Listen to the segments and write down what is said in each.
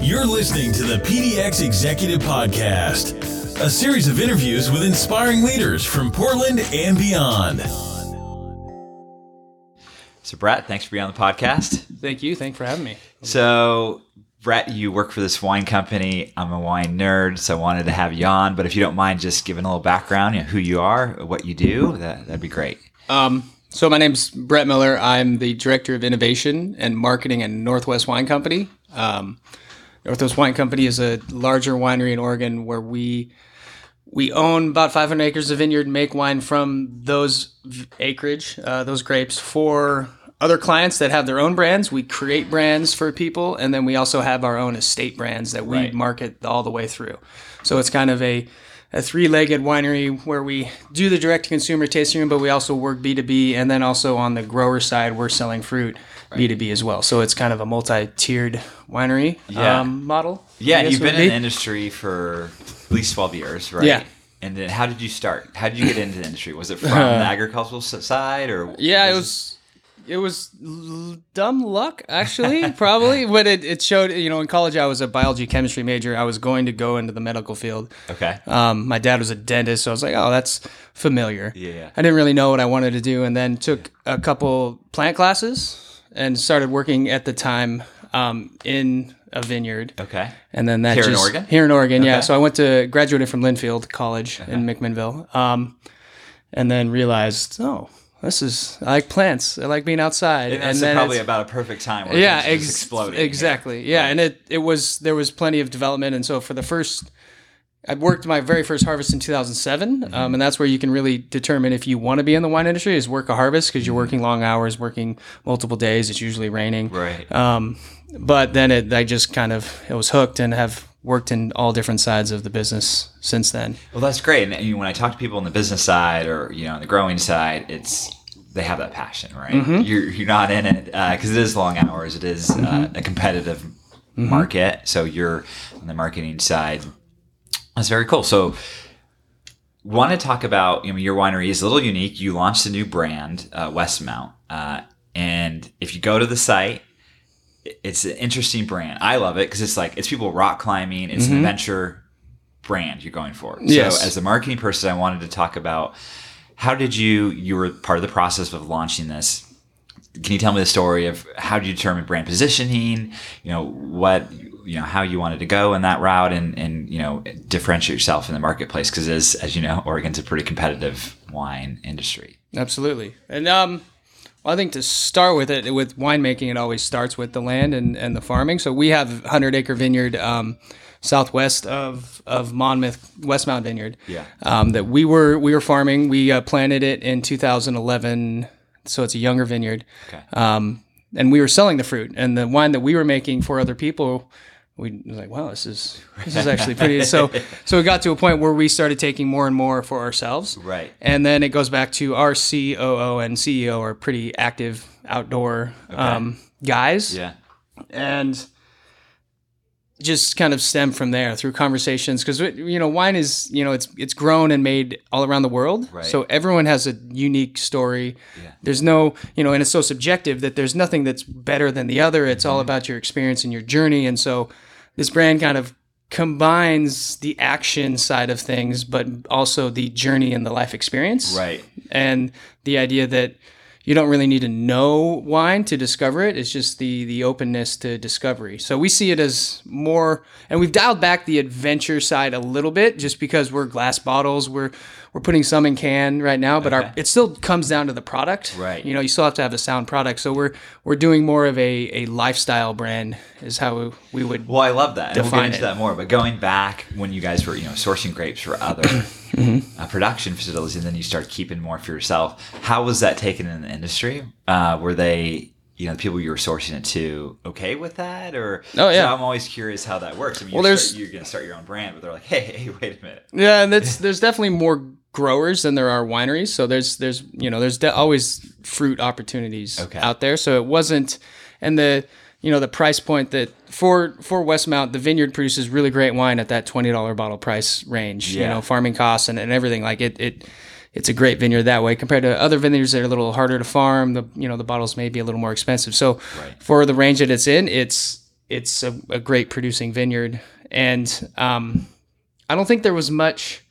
You're listening to the PDX Executive Podcast, a series of interviews with inspiring leaders from Portland and beyond. So, Brett, thanks for being on the podcast. Thank you. Thanks for having me. So, Brett, you work for this wine company. I'm a wine nerd, so I wanted to have you on. But if you don't mind just giving a little background, you know, who you are, what you do, that, that'd be great. Um, So my name's Brett Miller. I'm the director of innovation and marketing at Northwest Wine Company. Um, Northwest Wine Company is a larger winery in Oregon where we we own about 500 acres of vineyard and make wine from those v- acreage, uh, those grapes for other clients that have their own brands. We create brands for people, and then we also have our own estate brands that we market all the way through. So it's kind of a a three-legged winery where we do the direct-to-consumer tasting room, but we also work B2B, and then also on the grower side, we're selling fruit B2B as well. So it's kind of a multi-tiered winery Yeah. um, model. I Yeah, guess you've it would been in be. the industry for at least 12 years, right? Yeah. And then how did you start? How did you get into the industry? Was it from the agricultural s- side or? Yeah, it was it was l- dumb luck actually, probably. But it, it showed, you know, in college I was a biology chemistry major. I was going to go into the medical field. Okay. Um, my dad was a dentist, so I was like, oh, that's familiar. Yeah. I didn't really know what I wanted to do, and then took a couple plant classes and started working at the time um, in a vineyard. Okay. And then that Here in just, Oregon? Here in Oregon, yeah. Okay. Uh-huh. So I went to graduated from Linfield College in McMinnville, um, and then realized, oh, this is I like plants. I like being outside. And that's then probably it's- about a perfect time where yeah, yeah, things ex- just exploded. exactly. Yeah, and it it was there was plenty of development, and so for the first. I worked my very first harvest in 2007, Mm-hmm. um, and that's where you can really determine if you want to be in the wine industry is work a harvest because you're Mm-hmm. working long hours, working multiple days. It's usually raining, Right. um, but then it, I just kind of it was hooked and have worked in all different sides of the business since then. Well, that's great. And I mean, when I talk to people on the business side or you know on the growing side, it's they have that passion, right? You're you're not in it because it is long hours. It is, uh, a competitive market, so you're on the marketing side. That's very cool. So. Want to talk about? I mean, your winery is a little unique. You launched a new brand, uh, Westmount, uh, and if you go to the site, it's an interesting brand. I love it because it's like it's people rock climbing. It's an adventure brand you're going for. Yes. So as a marketing person, I wanted to talk about how did you you were part of the process of launching this. Can you tell me the story of how do you determine brand positioning? You know what you know how you wanted to go in that route and and you know differentiate yourself in the marketplace because as as you know Oregon's a pretty competitive wine industry. Absolutely, and um, well, I think to start with it with winemaking, it always starts with the land and, and the farming. So we have hundred acre vineyard um, southwest of of Monmouth Westmount Vineyard. Yeah. um, that we were we were farming. We uh, planted it in 2011, so it's a younger vineyard. Okay. Um, and we were selling the fruit and the wine that we were making for other people. We was like, wow, this is this is actually pretty. so so it got to a point where we started taking more and more for ourselves. Right. And then it goes back to our COO and CEO are pretty active outdoor um, guys Yeah. and just kind of stem from there through conversations because you know wine is you know it's it's grown and made all around the world Right. so everyone has a unique story there's no you know and it's so subjective that there's nothing that's better than the other it's Mm-hmm. all about your experience and your journey and so this brand kind of combines the action side of things but also the journey and the life experience Right. and the idea that you don't really need to know wine to discover it. It's just the the openness to discovery. So we see it as more, and we've dialed back the adventure side a little bit, just because we're glass bottles. We're we're putting some in can right now, but our it still comes down to the product. Right. You know, you still have to have a sound product. So we're we're doing more of a a lifestyle brand is how we would. Well, I love that. And we'll get Define into it. that more. But going back when you guys were, you know, sourcing grapes for other Mm-hmm. uh, production facilities, and then you start keeping more for yourself. How was that taken in the industry? Uh, were they, you know, the people you were sourcing it to, okay with that? Or Oh, yeah. so I'm always curious how that works. I mean, Well, you're, there's- start- you're going to start your own brand, but they're like, hey, hey, wait a minute. Yeah, and that's there's definitely more growers than there are wineries. So there's there's you know there's de- always fruit opportunities Okay. out there. So it wasn't, and the you know the price point that for for Westmount the vineyard produces really great wine at that twenty dollar bottle price range. Yeah. You know farming costs and, and everything like it it. It's a great vineyard that way compared to other vineyards that are a little harder to farm. The you know the bottles may be a little more expensive. So for the range that it's in, it's it's a, a great producing vineyard, and um, I don't think there was much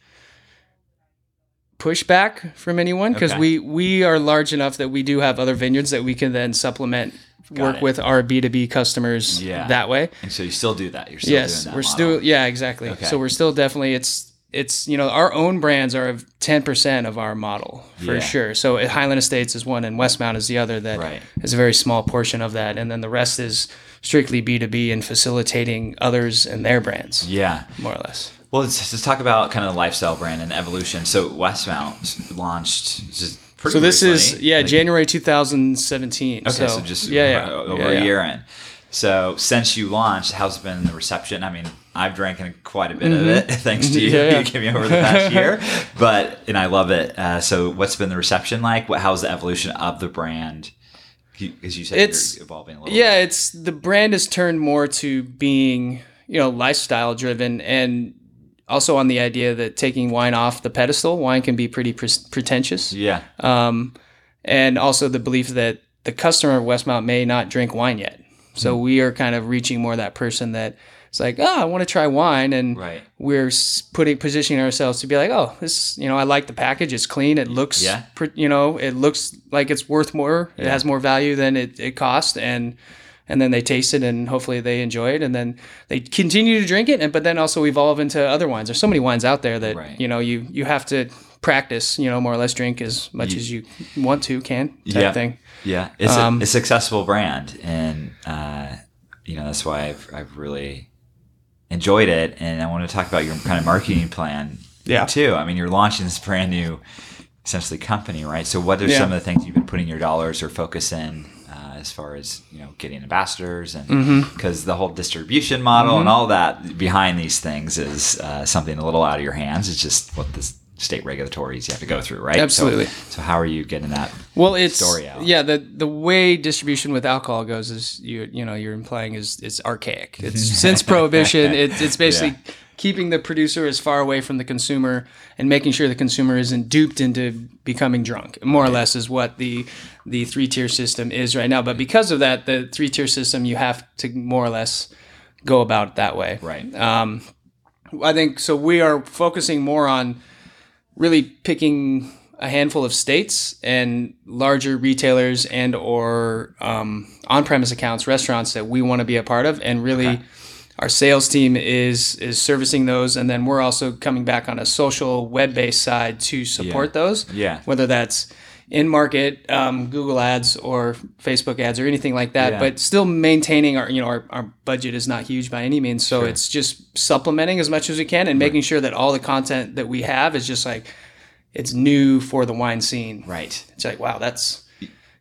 pushback from anyone because Okay. we we are large enough that we do have other vineyards that we can then supplement work it. with our B2B customers Yeah. that way. And so you still do that. You're still yes, doing that we're model. still yeah, exactly. Okay. So we're still definitely it's it's you know our own brands are 10% of our model for Yeah. sure. So at Highland Estates is one and Westmount is the other that is Right. a very small portion of that and then the rest is strictly B2B and facilitating others and their brands Yeah. more or less. Well, let's, let's talk about kind of the lifestyle brand and evolution. So Westmount launched just pretty So this is recently. yeah, Like, January 2017. Okay, so, so, just uh, yeah, yeah, over yeah, yeah. a year in. So since you launched, how's been the reception? I mean, I've drank quite a bit of it thanks to you. Mm-hmm. Yeah, yeah. You gave me over the past year, but and I love it. Uh, so what's been the reception like? What how's the evolution of the brand? You- As you said, It's- you're evolving a little. Yeah, it's the brand has turned more to being, you know, lifestyle driven and also on the idea that taking wine off the pedestal, wine can be pretty pre- pretentious. bit. yeah, Um, and also the belief that the customer of Westmount may not drink wine yet. So Hmm. we are kind of reaching more that person that it's like, oh, I want to try wine. And right. we're s- putting positioning ourselves to be like, oh, this, you know, I like the package. It's clean. It looks, Yeah. pr- you know, it looks like it's worth more. It Yeah. has more value than it, it cost, and and then they taste it, and hopefully they enjoy it, and then they continue to drink it, and but then also evolve into other wines. There's so many wines out there that Right. you know you you have to practice, you know, more or less drink as much as you want to, can type Yeah. thing. Yeah, it's Um, a, a successful brand, and uh, you know that's why I've I've really enjoyed it. And I want to talk about your kind of marketing plan. Yeah. Too. I mean, you're launching this brand new, essentially company, right? So, what are Yeah. some of the things you've been putting your dollars or focus in? Uh, as far as you know, getting ambassadors and Mm-hmm. because the whole distribution model and all that behind these things is uh, something a little out of your hands. It's just what the s- state regulatories you have to go through, right? So- Absolutely. so how are you getting that well it's story out. yeah the the way distribution with alcohol goes is you you know you're implying is it's archaic it's since prohibition it, it's basically keeping the producer as far away from the consumer and making sure the consumer isn't duped into becoming drunk more or less is what the the three tier system is right now but because of that the three tier system you have to more or less go about it that way right? I think so. We are focusing more on really picking a handful of states and larger retailers and or um, on-premise accounts, restaurants that we want to be a part of, and really. Our sales team is is servicing those, and then we're also coming back on a social web based side to support those. Yeah. whether that's in market, um, Google ads or Facebook ads or anything like that, Yeah. but still maintaining our you know our, our budget is not huge by any means so it's just supplementing as much as we can and making sure that all the content that we have is just like it's new for the wine scene right. it's like wow that's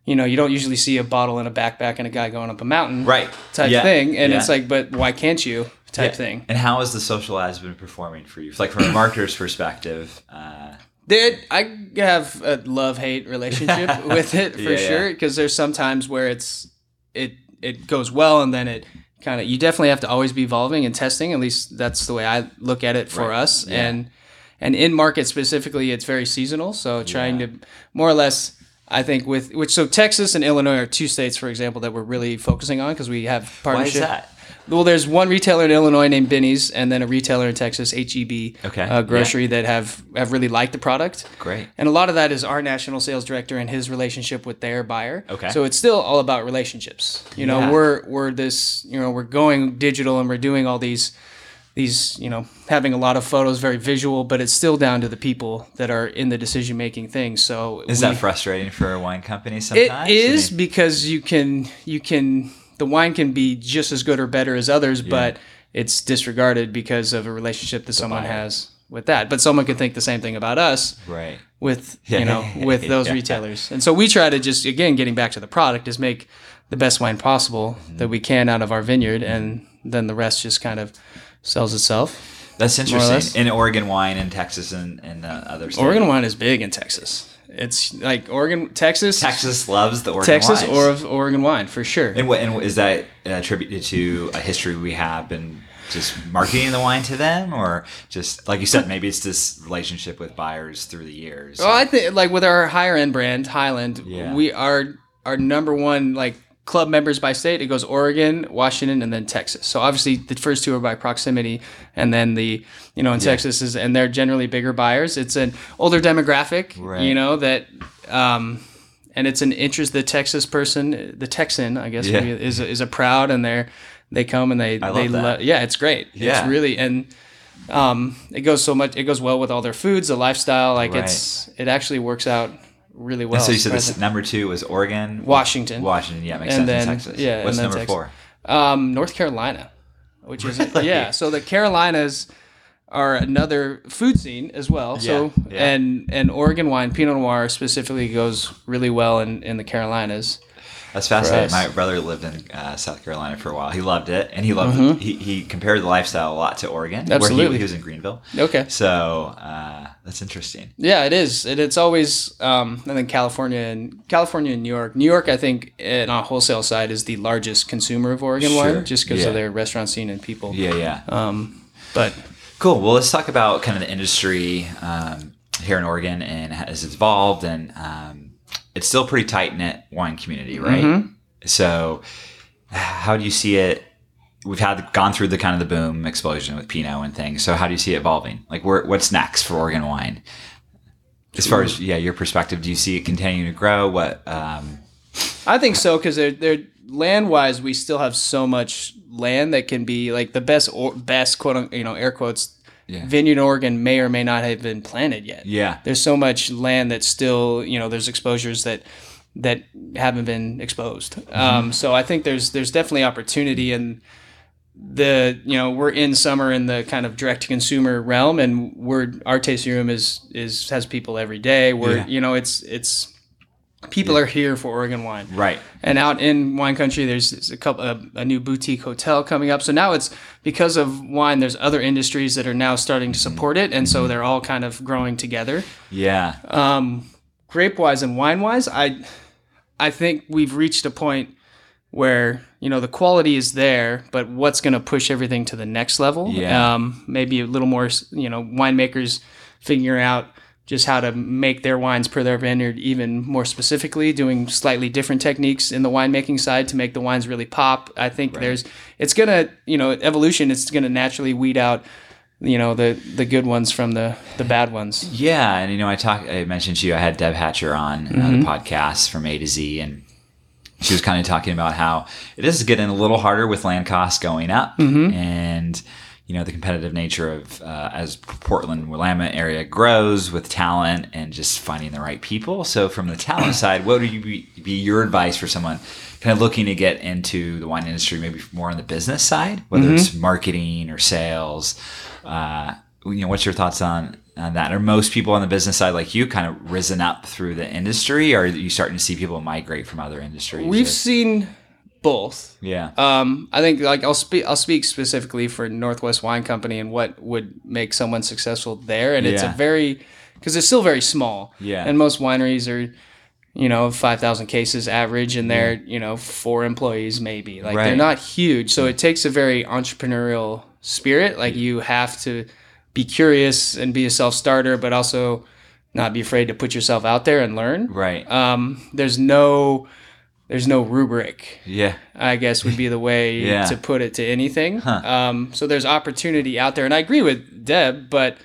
you know you don't usually see a bottle in a backpack and a guy going up a mountain right type Yeah. thing and it's Yeah. like but why can't you type Yeah. thing and how has the social ads been performing for you like from a marketer's perspective uh, There, I have a love hate relationship with it for Yeah, yeah. sure because there's some times where it's it it goes well and then it kind of you definitely have to always be evolving and testing. At least that's the way I look at it for Right. us Yeah. and and in market specifically, it's very seasonal. So trying to more or less. I think with which so Texas and Illinois are two states, for example, that we're really focusing on because we have why is partnership. that Well, there's one retailer in Illinois named Benny's, and then a retailer in Texas, HEB, Okay. uh, grocery that have have really liked the product. Great. And a lot of that is our national sales director and his relationship with their buyer. Okay. So it's still all about relationships. You know, Yeah. we're we're this, you know, we're going digital and we're doing all these these, you know, having a lot of photos, very visual, but it's still down to the people that are in the decision making thing. So is we- that frustrating for a wine company it sometimes is I mean, because you can you can the wine can be just as good or better as others, but it's disregarded because of a relationship that someone buyer. has with that. But someone can think the same thing about us right with Yeah. you know with those Yeah. retailers. And so we try to just again getting back to the product is make the best wine possible Mm-hmm. that we can out of our vineyard, and then the rest just kind of sells itself. that's less. interesting in oregon wine and texas and, and uh, other states Oregon wine is big in Texas. It's like Oregon, Texas, texas loves the oregon Texas, wines. or of Oregon wine for sure. and what and is that attributed to a history we have and just marketing the wine to them or just like you said maybe it's this relationship with buyers through the years Well, I think like with our higher end brand Highland, Yeah. we are our number one like club members by state, it goes Oregon, Washington, and then Texas. So obviously the first two are by proximity, and then the you know in Texas is and they're generally bigger buyers. It's an older demographic, Right. you know that, um, and it's an interest. The Texas person, the Texan, I guess, Yeah. would be- is a- is a proud, and they're they come and they love they that. lo- yeah, it's great. Yeah. It's really and. Um, it goes so much. It goes well with all their foods, the lifestyle. Like Right. it's, it actually works out really well. And so you said Oh, Surprising. this number two was Oregon, Washington. Washington. Yeah, makes And sense. in then- Texas. yeah, and What's then number Texas. four? Um, North Carolina, which is yeah. So the Carolinas are another food scene as well. so Yeah, yeah. and and Oregon wine, Pinot Noir specifically goes really well in in the Carolinas. That's fascinating. us. My brother lived in uh, South Carolina for a while. He loved it, and he loved he, he compared the lifestyle a lot to Oregon, where he, Mm-hmm. Absolutely. he was in Greenville. Okay. So uh, that's interesting. Yeah, it is. It, it's always um, I think California and California and New York. New York, I think, eh, on a wholesale side, is the largest consumer of Oregon Sure. wine, just because Yeah. of their restaurant scene and people. Yeah, yeah. But Cool. Well, let's talk about kind of the industry um, here in Oregon and as it's evolved, and um, it's still pretty tight knit wine community, right? So, how do you see it? We've had gone through the kind of the boom explosion with Pinot and things. So, how do you see it evolving? Like, where, what's next for Oregon wine? As far as yeah, your perspective, do you see it continuing to grow? What um, I think so because they're, they're land wise, we still have so much land that can be like the best or best quote un- you know air quotes Yeah. vineyard in Oregon may or may not have been planted yet. Yeah. there's so much land that's still you know there's exposures that that haven't been exposed. Mm-hmm. Um, so I think there's there's definitely opportunity and the you know we're in summer in the kind of direct to consumer realm and we're our tasting room is is has people every day. We're Yeah. you know it's it's people are here for Oregon wine. right? And out in wine country, there's there's a couple a, a new boutique hotel coming up. So now it's because of wine. There's other industries that are now starting to support it, and so they're all kind of growing together. Yeah, Grape wise and wine wise, I I think we've reached a point where you know the quality is there, but what's going to push everything to the next level? Yeah. Um, maybe a little more. You know, winemakers figuring out just how to make their wines per their vineyard even more specifically, doing slightly different techniques in the winemaking side to make the wines really pop. I think there's it's gonna you know evolution. It's gonna naturally weed out you know the the good ones from the the bad ones. Yeah, and you know, I talk. I mentioned to you, I had Deb Hatcher on uh, the podcast from A to Z, and she was kind of talking about how it is getting a little harder with land costs going up, and you know, the competitive nature of uh, as Portland Willamette area grows with talent and just finding the right people. So, from the talent side, what would you be, be your advice for someone? Kind of looking to get into the wine industry, maybe more on the business side, whether it's marketing or sales, uh, you know, what's your thoughts on on that? Are most people on the business side like you kind of risen up through the industry, or are you starting to see people migrate from other industries? We've Or- seen both. yeah, Um, I think like I'll speak I'll speak specifically for Northwest Wine Company and what would make someone successful there, and it's Yeah. a very because it's still very small. Yeah. and most wineries are, you know, five thousand cases average, and they're you know four employees maybe. Like Right. they're not huge, so it takes a very entrepreneurial spirit. Like you have to be curious and be a self starter, but also not be afraid to put yourself out there and learn. right, Um, there's no there's no rubric. yeah, I guess would be the way Yeah. to put it to anything. Huh. Um, so there's opportunity out there, and I agree with Deb, but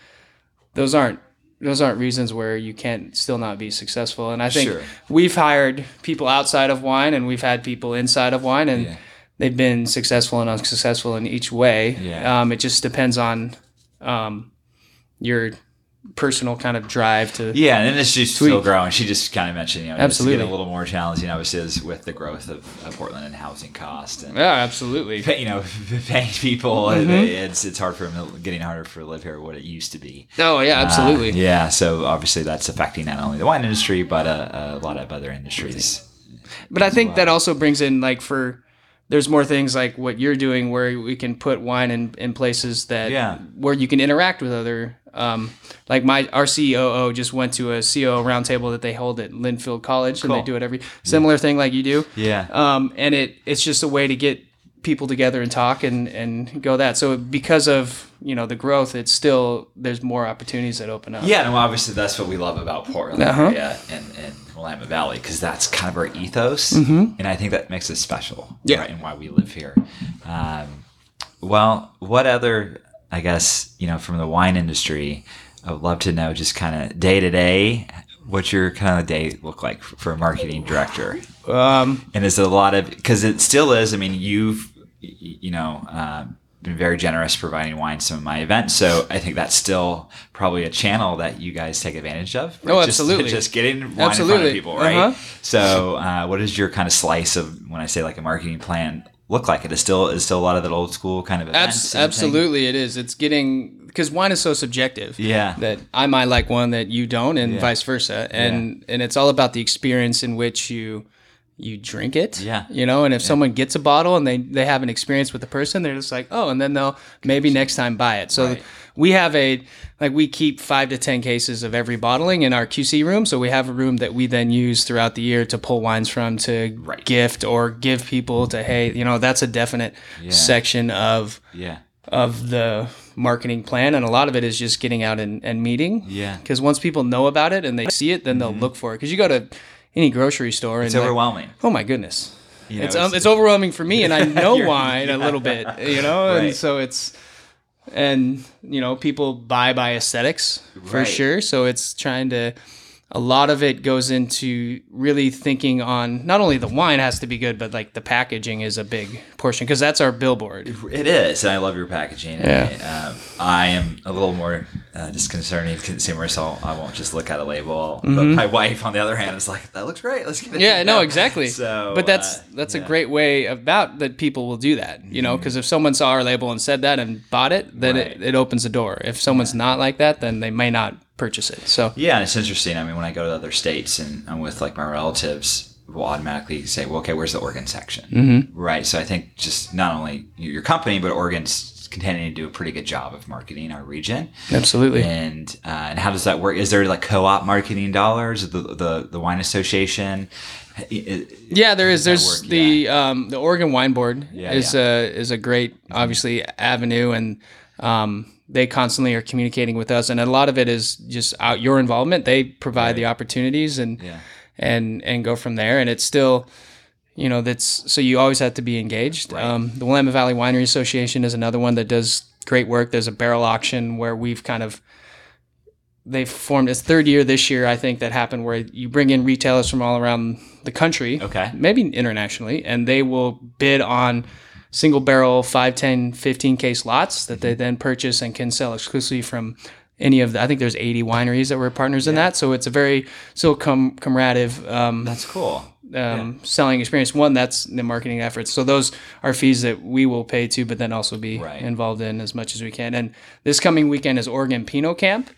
those aren't those aren't reasons where you can't still not be successful. And I think Sure. we've hired people outside of wine, and we've had people inside of wine, and Yeah. they've been successful and unsuccessful in each way. Yeah. Um, it just depends on um, your personal kind of drive to. yeah. And industry's still growing. She just kind of mentioned, you know, it's getting Absolutely. a little more challenging, obviously, is with the growth of, of Portland and housing costs and. Yeah, absolutely. pay- You know, paying people, it's it's hard for them, getting harder for to live here. What it used to be, Oh yeah, absolutely. Uh, yeah, so obviously that's affecting not only the wine industry but uh, a lot of other industries. But I think that also brings in like for there's more things like what you're doing where we can put wine in, in places that Yeah. where you can interact with other um, like my our COO just went to a COO roundtable that they hold at Linfield College and Cool. they do it every similar thing like you do Yeah. um, and it it's just a way to get people together and talk and and go that. So because of you know the growth, it's still there's more opportunities that open up. Yeah, and well, obviously that's what we love about Portland Uh-huh. area and, and Willamette Valley because that's kind of our ethos, and I think that makes us special, Mm-hmm. Yeah. right, and why we live here. Um, well, what other, I guess, you know, from the wine industry, I would love to know just kind of day to day what your kind of day look like f- for a marketing director, Um, and is it a lot of because it still is. I mean, you've y- you know. Uh, been very generous providing wine to some of my events, so I think that's still probably a channel that you guys take advantage of. Oh, Just- absolutely. just, getting wine in front Absolutely. of people, right? Uh-huh. So, uh, what is your kind of slice of when I say like a marketing plan look like? It is still is still a lot of that old school kind of events. abs- and thing? absolutely, it is. It's getting because wine is so subjective. Yeah. that I might like one that you don't, and vice versa. And and it's all about the experience in which you you drink it. Yeah. you know. And if someone gets a bottle and they they have an experience with the person, they're just like, oh, and then they'll maybe next time buy it. So. Right. We have a like we keep five to ten cases of every bottling in our QC room, so we have a room that we then use throughout the year to pull wines from to Right. gift or give people to hey, you know that's a definite section of Yeah. of the marketing plan and a lot of it is just getting out and, and meeting Yeah. Mm-hmm. because once people know about it and they see it then they'll look for it because you go to any grocery store and It's like, overwhelming. oh my goodness You know, it's, um, it's overwhelming for me and i know You're- wine a little bit you know and Right. so it's and you know people buy by aesthetics for Right. sure so it's trying to a lot of it goes into really thinking on not only the wine has to be good but like the packaging is a big portion because that's our billboard It is, and I love your packaging. Yeah. And, um, I am a little more uh, disconcerting consumer, so I won't just look at a label. But my wife, on the other hand, is like, "That looks great. Let's get it." Mm-hmm. Yeah, no, exactly. So, but that's uh, that's yeah. Mm-hmm. a great way about that. People will do that, you know, because if someone saw our label and said that and bought it, then Right. it, it opens the door. If someone's not like that, then they may not purchase it. So Yeah, and it's interesting. I mean, when I go to other states and I'm with like my relatives, we'll automatically say, well, okay, where's the Oregon section? Mm-hmm. Right. So I think just not only your company, but Oregon's continuing to do a pretty good job of marketing our region. absolutely, And uh, and how does that work? Is there like co-op marketing dollars? The the, the wine association? I- I- yeah, there is. that There's work? the um, the Oregon Wine Board Yeah, is yeah. a is a great obviously avenue, and um, they constantly are communicating with us, and a lot of it is just out your involvement. They provide the opportunities and. yeah. and and go from there. And it's still, you know, that's so you always have to be engaged. Um, the Willamette Valley Winery Association is another one that does great work. There's a barrel auction where we've kind of they've formed its third year this year, I think that happened where you bring in retailers from all around the country, Okay. maybe internationally, and they will bid on single barrel 5, 10, 15 case lots that they then purchase and can sell exclusively from any of the, I think there's 80 wineries that were partners in that. So it's a very still com- comrative um, Mm, That's cool. um, selling experience. One, that's the marketing efforts. So those are fees that we will pay to, but then also be Right. involved in as much as we can. And this coming weekend is Oregon Pinot Camp,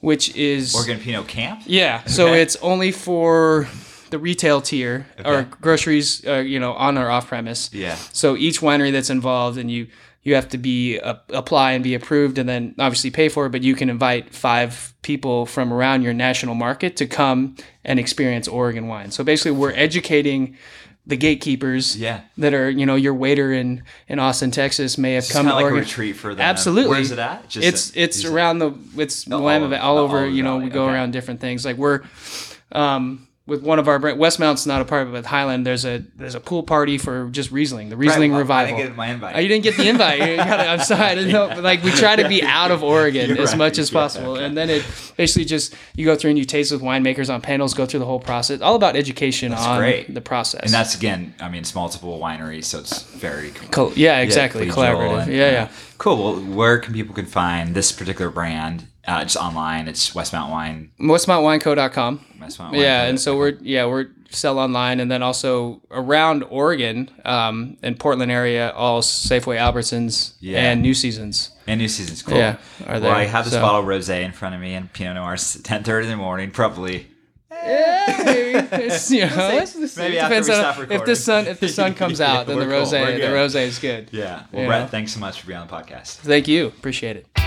which is Oregon Pinot Camp? yeah. So Okay. it's only for the retail tier or groceries, uh, you know, on or off premise. Yeah. So each winery that's involved, and you you have to be uh, apply and be approved, and then obviously pay for it. But you can invite five people from around your national market to come and experience Oregon wine. So basically, we're educating the gatekeepers. Yeah. That are you know your waiter in in Austin, Texas may have It's come kind of to like Oregon. a retreat for them. Absolutely. Where is uh, it at? it's it's is it- around the it's Willamette over- Va- all, all over. over You know, Valley, we go okay. around different things. Like we're um, with one of our brand, Westmount's not a part of it, but Highland. There's a there's a pool party for just Riesling, the Riesling Right, well, revival. I didn't get my invite. Oh, you didn't get the invite. You gotta, I'm sorry. I didn't know. But like we try to be out of Oregon You're as right. much as Yeah, possible, and then it basically just you go through and you taste with winemakers on panels, go through the whole process. All about education on great. the process. And that's again, I mean, it's multiple wineries, so it's very Col- yeah, exactly. collaborative. and- yeah, yeah. Cool. Well, where can people can find this particular brand? Uh, it's online. It's Westmount Wine. Westmountwineco.com. Westmount Wine. yeah and so we're yeah we're sell online and then also around oregon um and portland area all safeway albertsons Yeah. and new seasons and new season's cool. Yeah, are Well, I there, have this so- bottle of rosé in front of me and Pinot Noir, ten thirty in the morning, probably. It's, you know, it's- maybe it after depends we on- stop if the recording. sun if the sun comes Yeah, out then the we're cool. rose We're the good. rose is good Yeah. Well, Yeah. Brett, thanks so much for being on the podcast. thank you appreciate it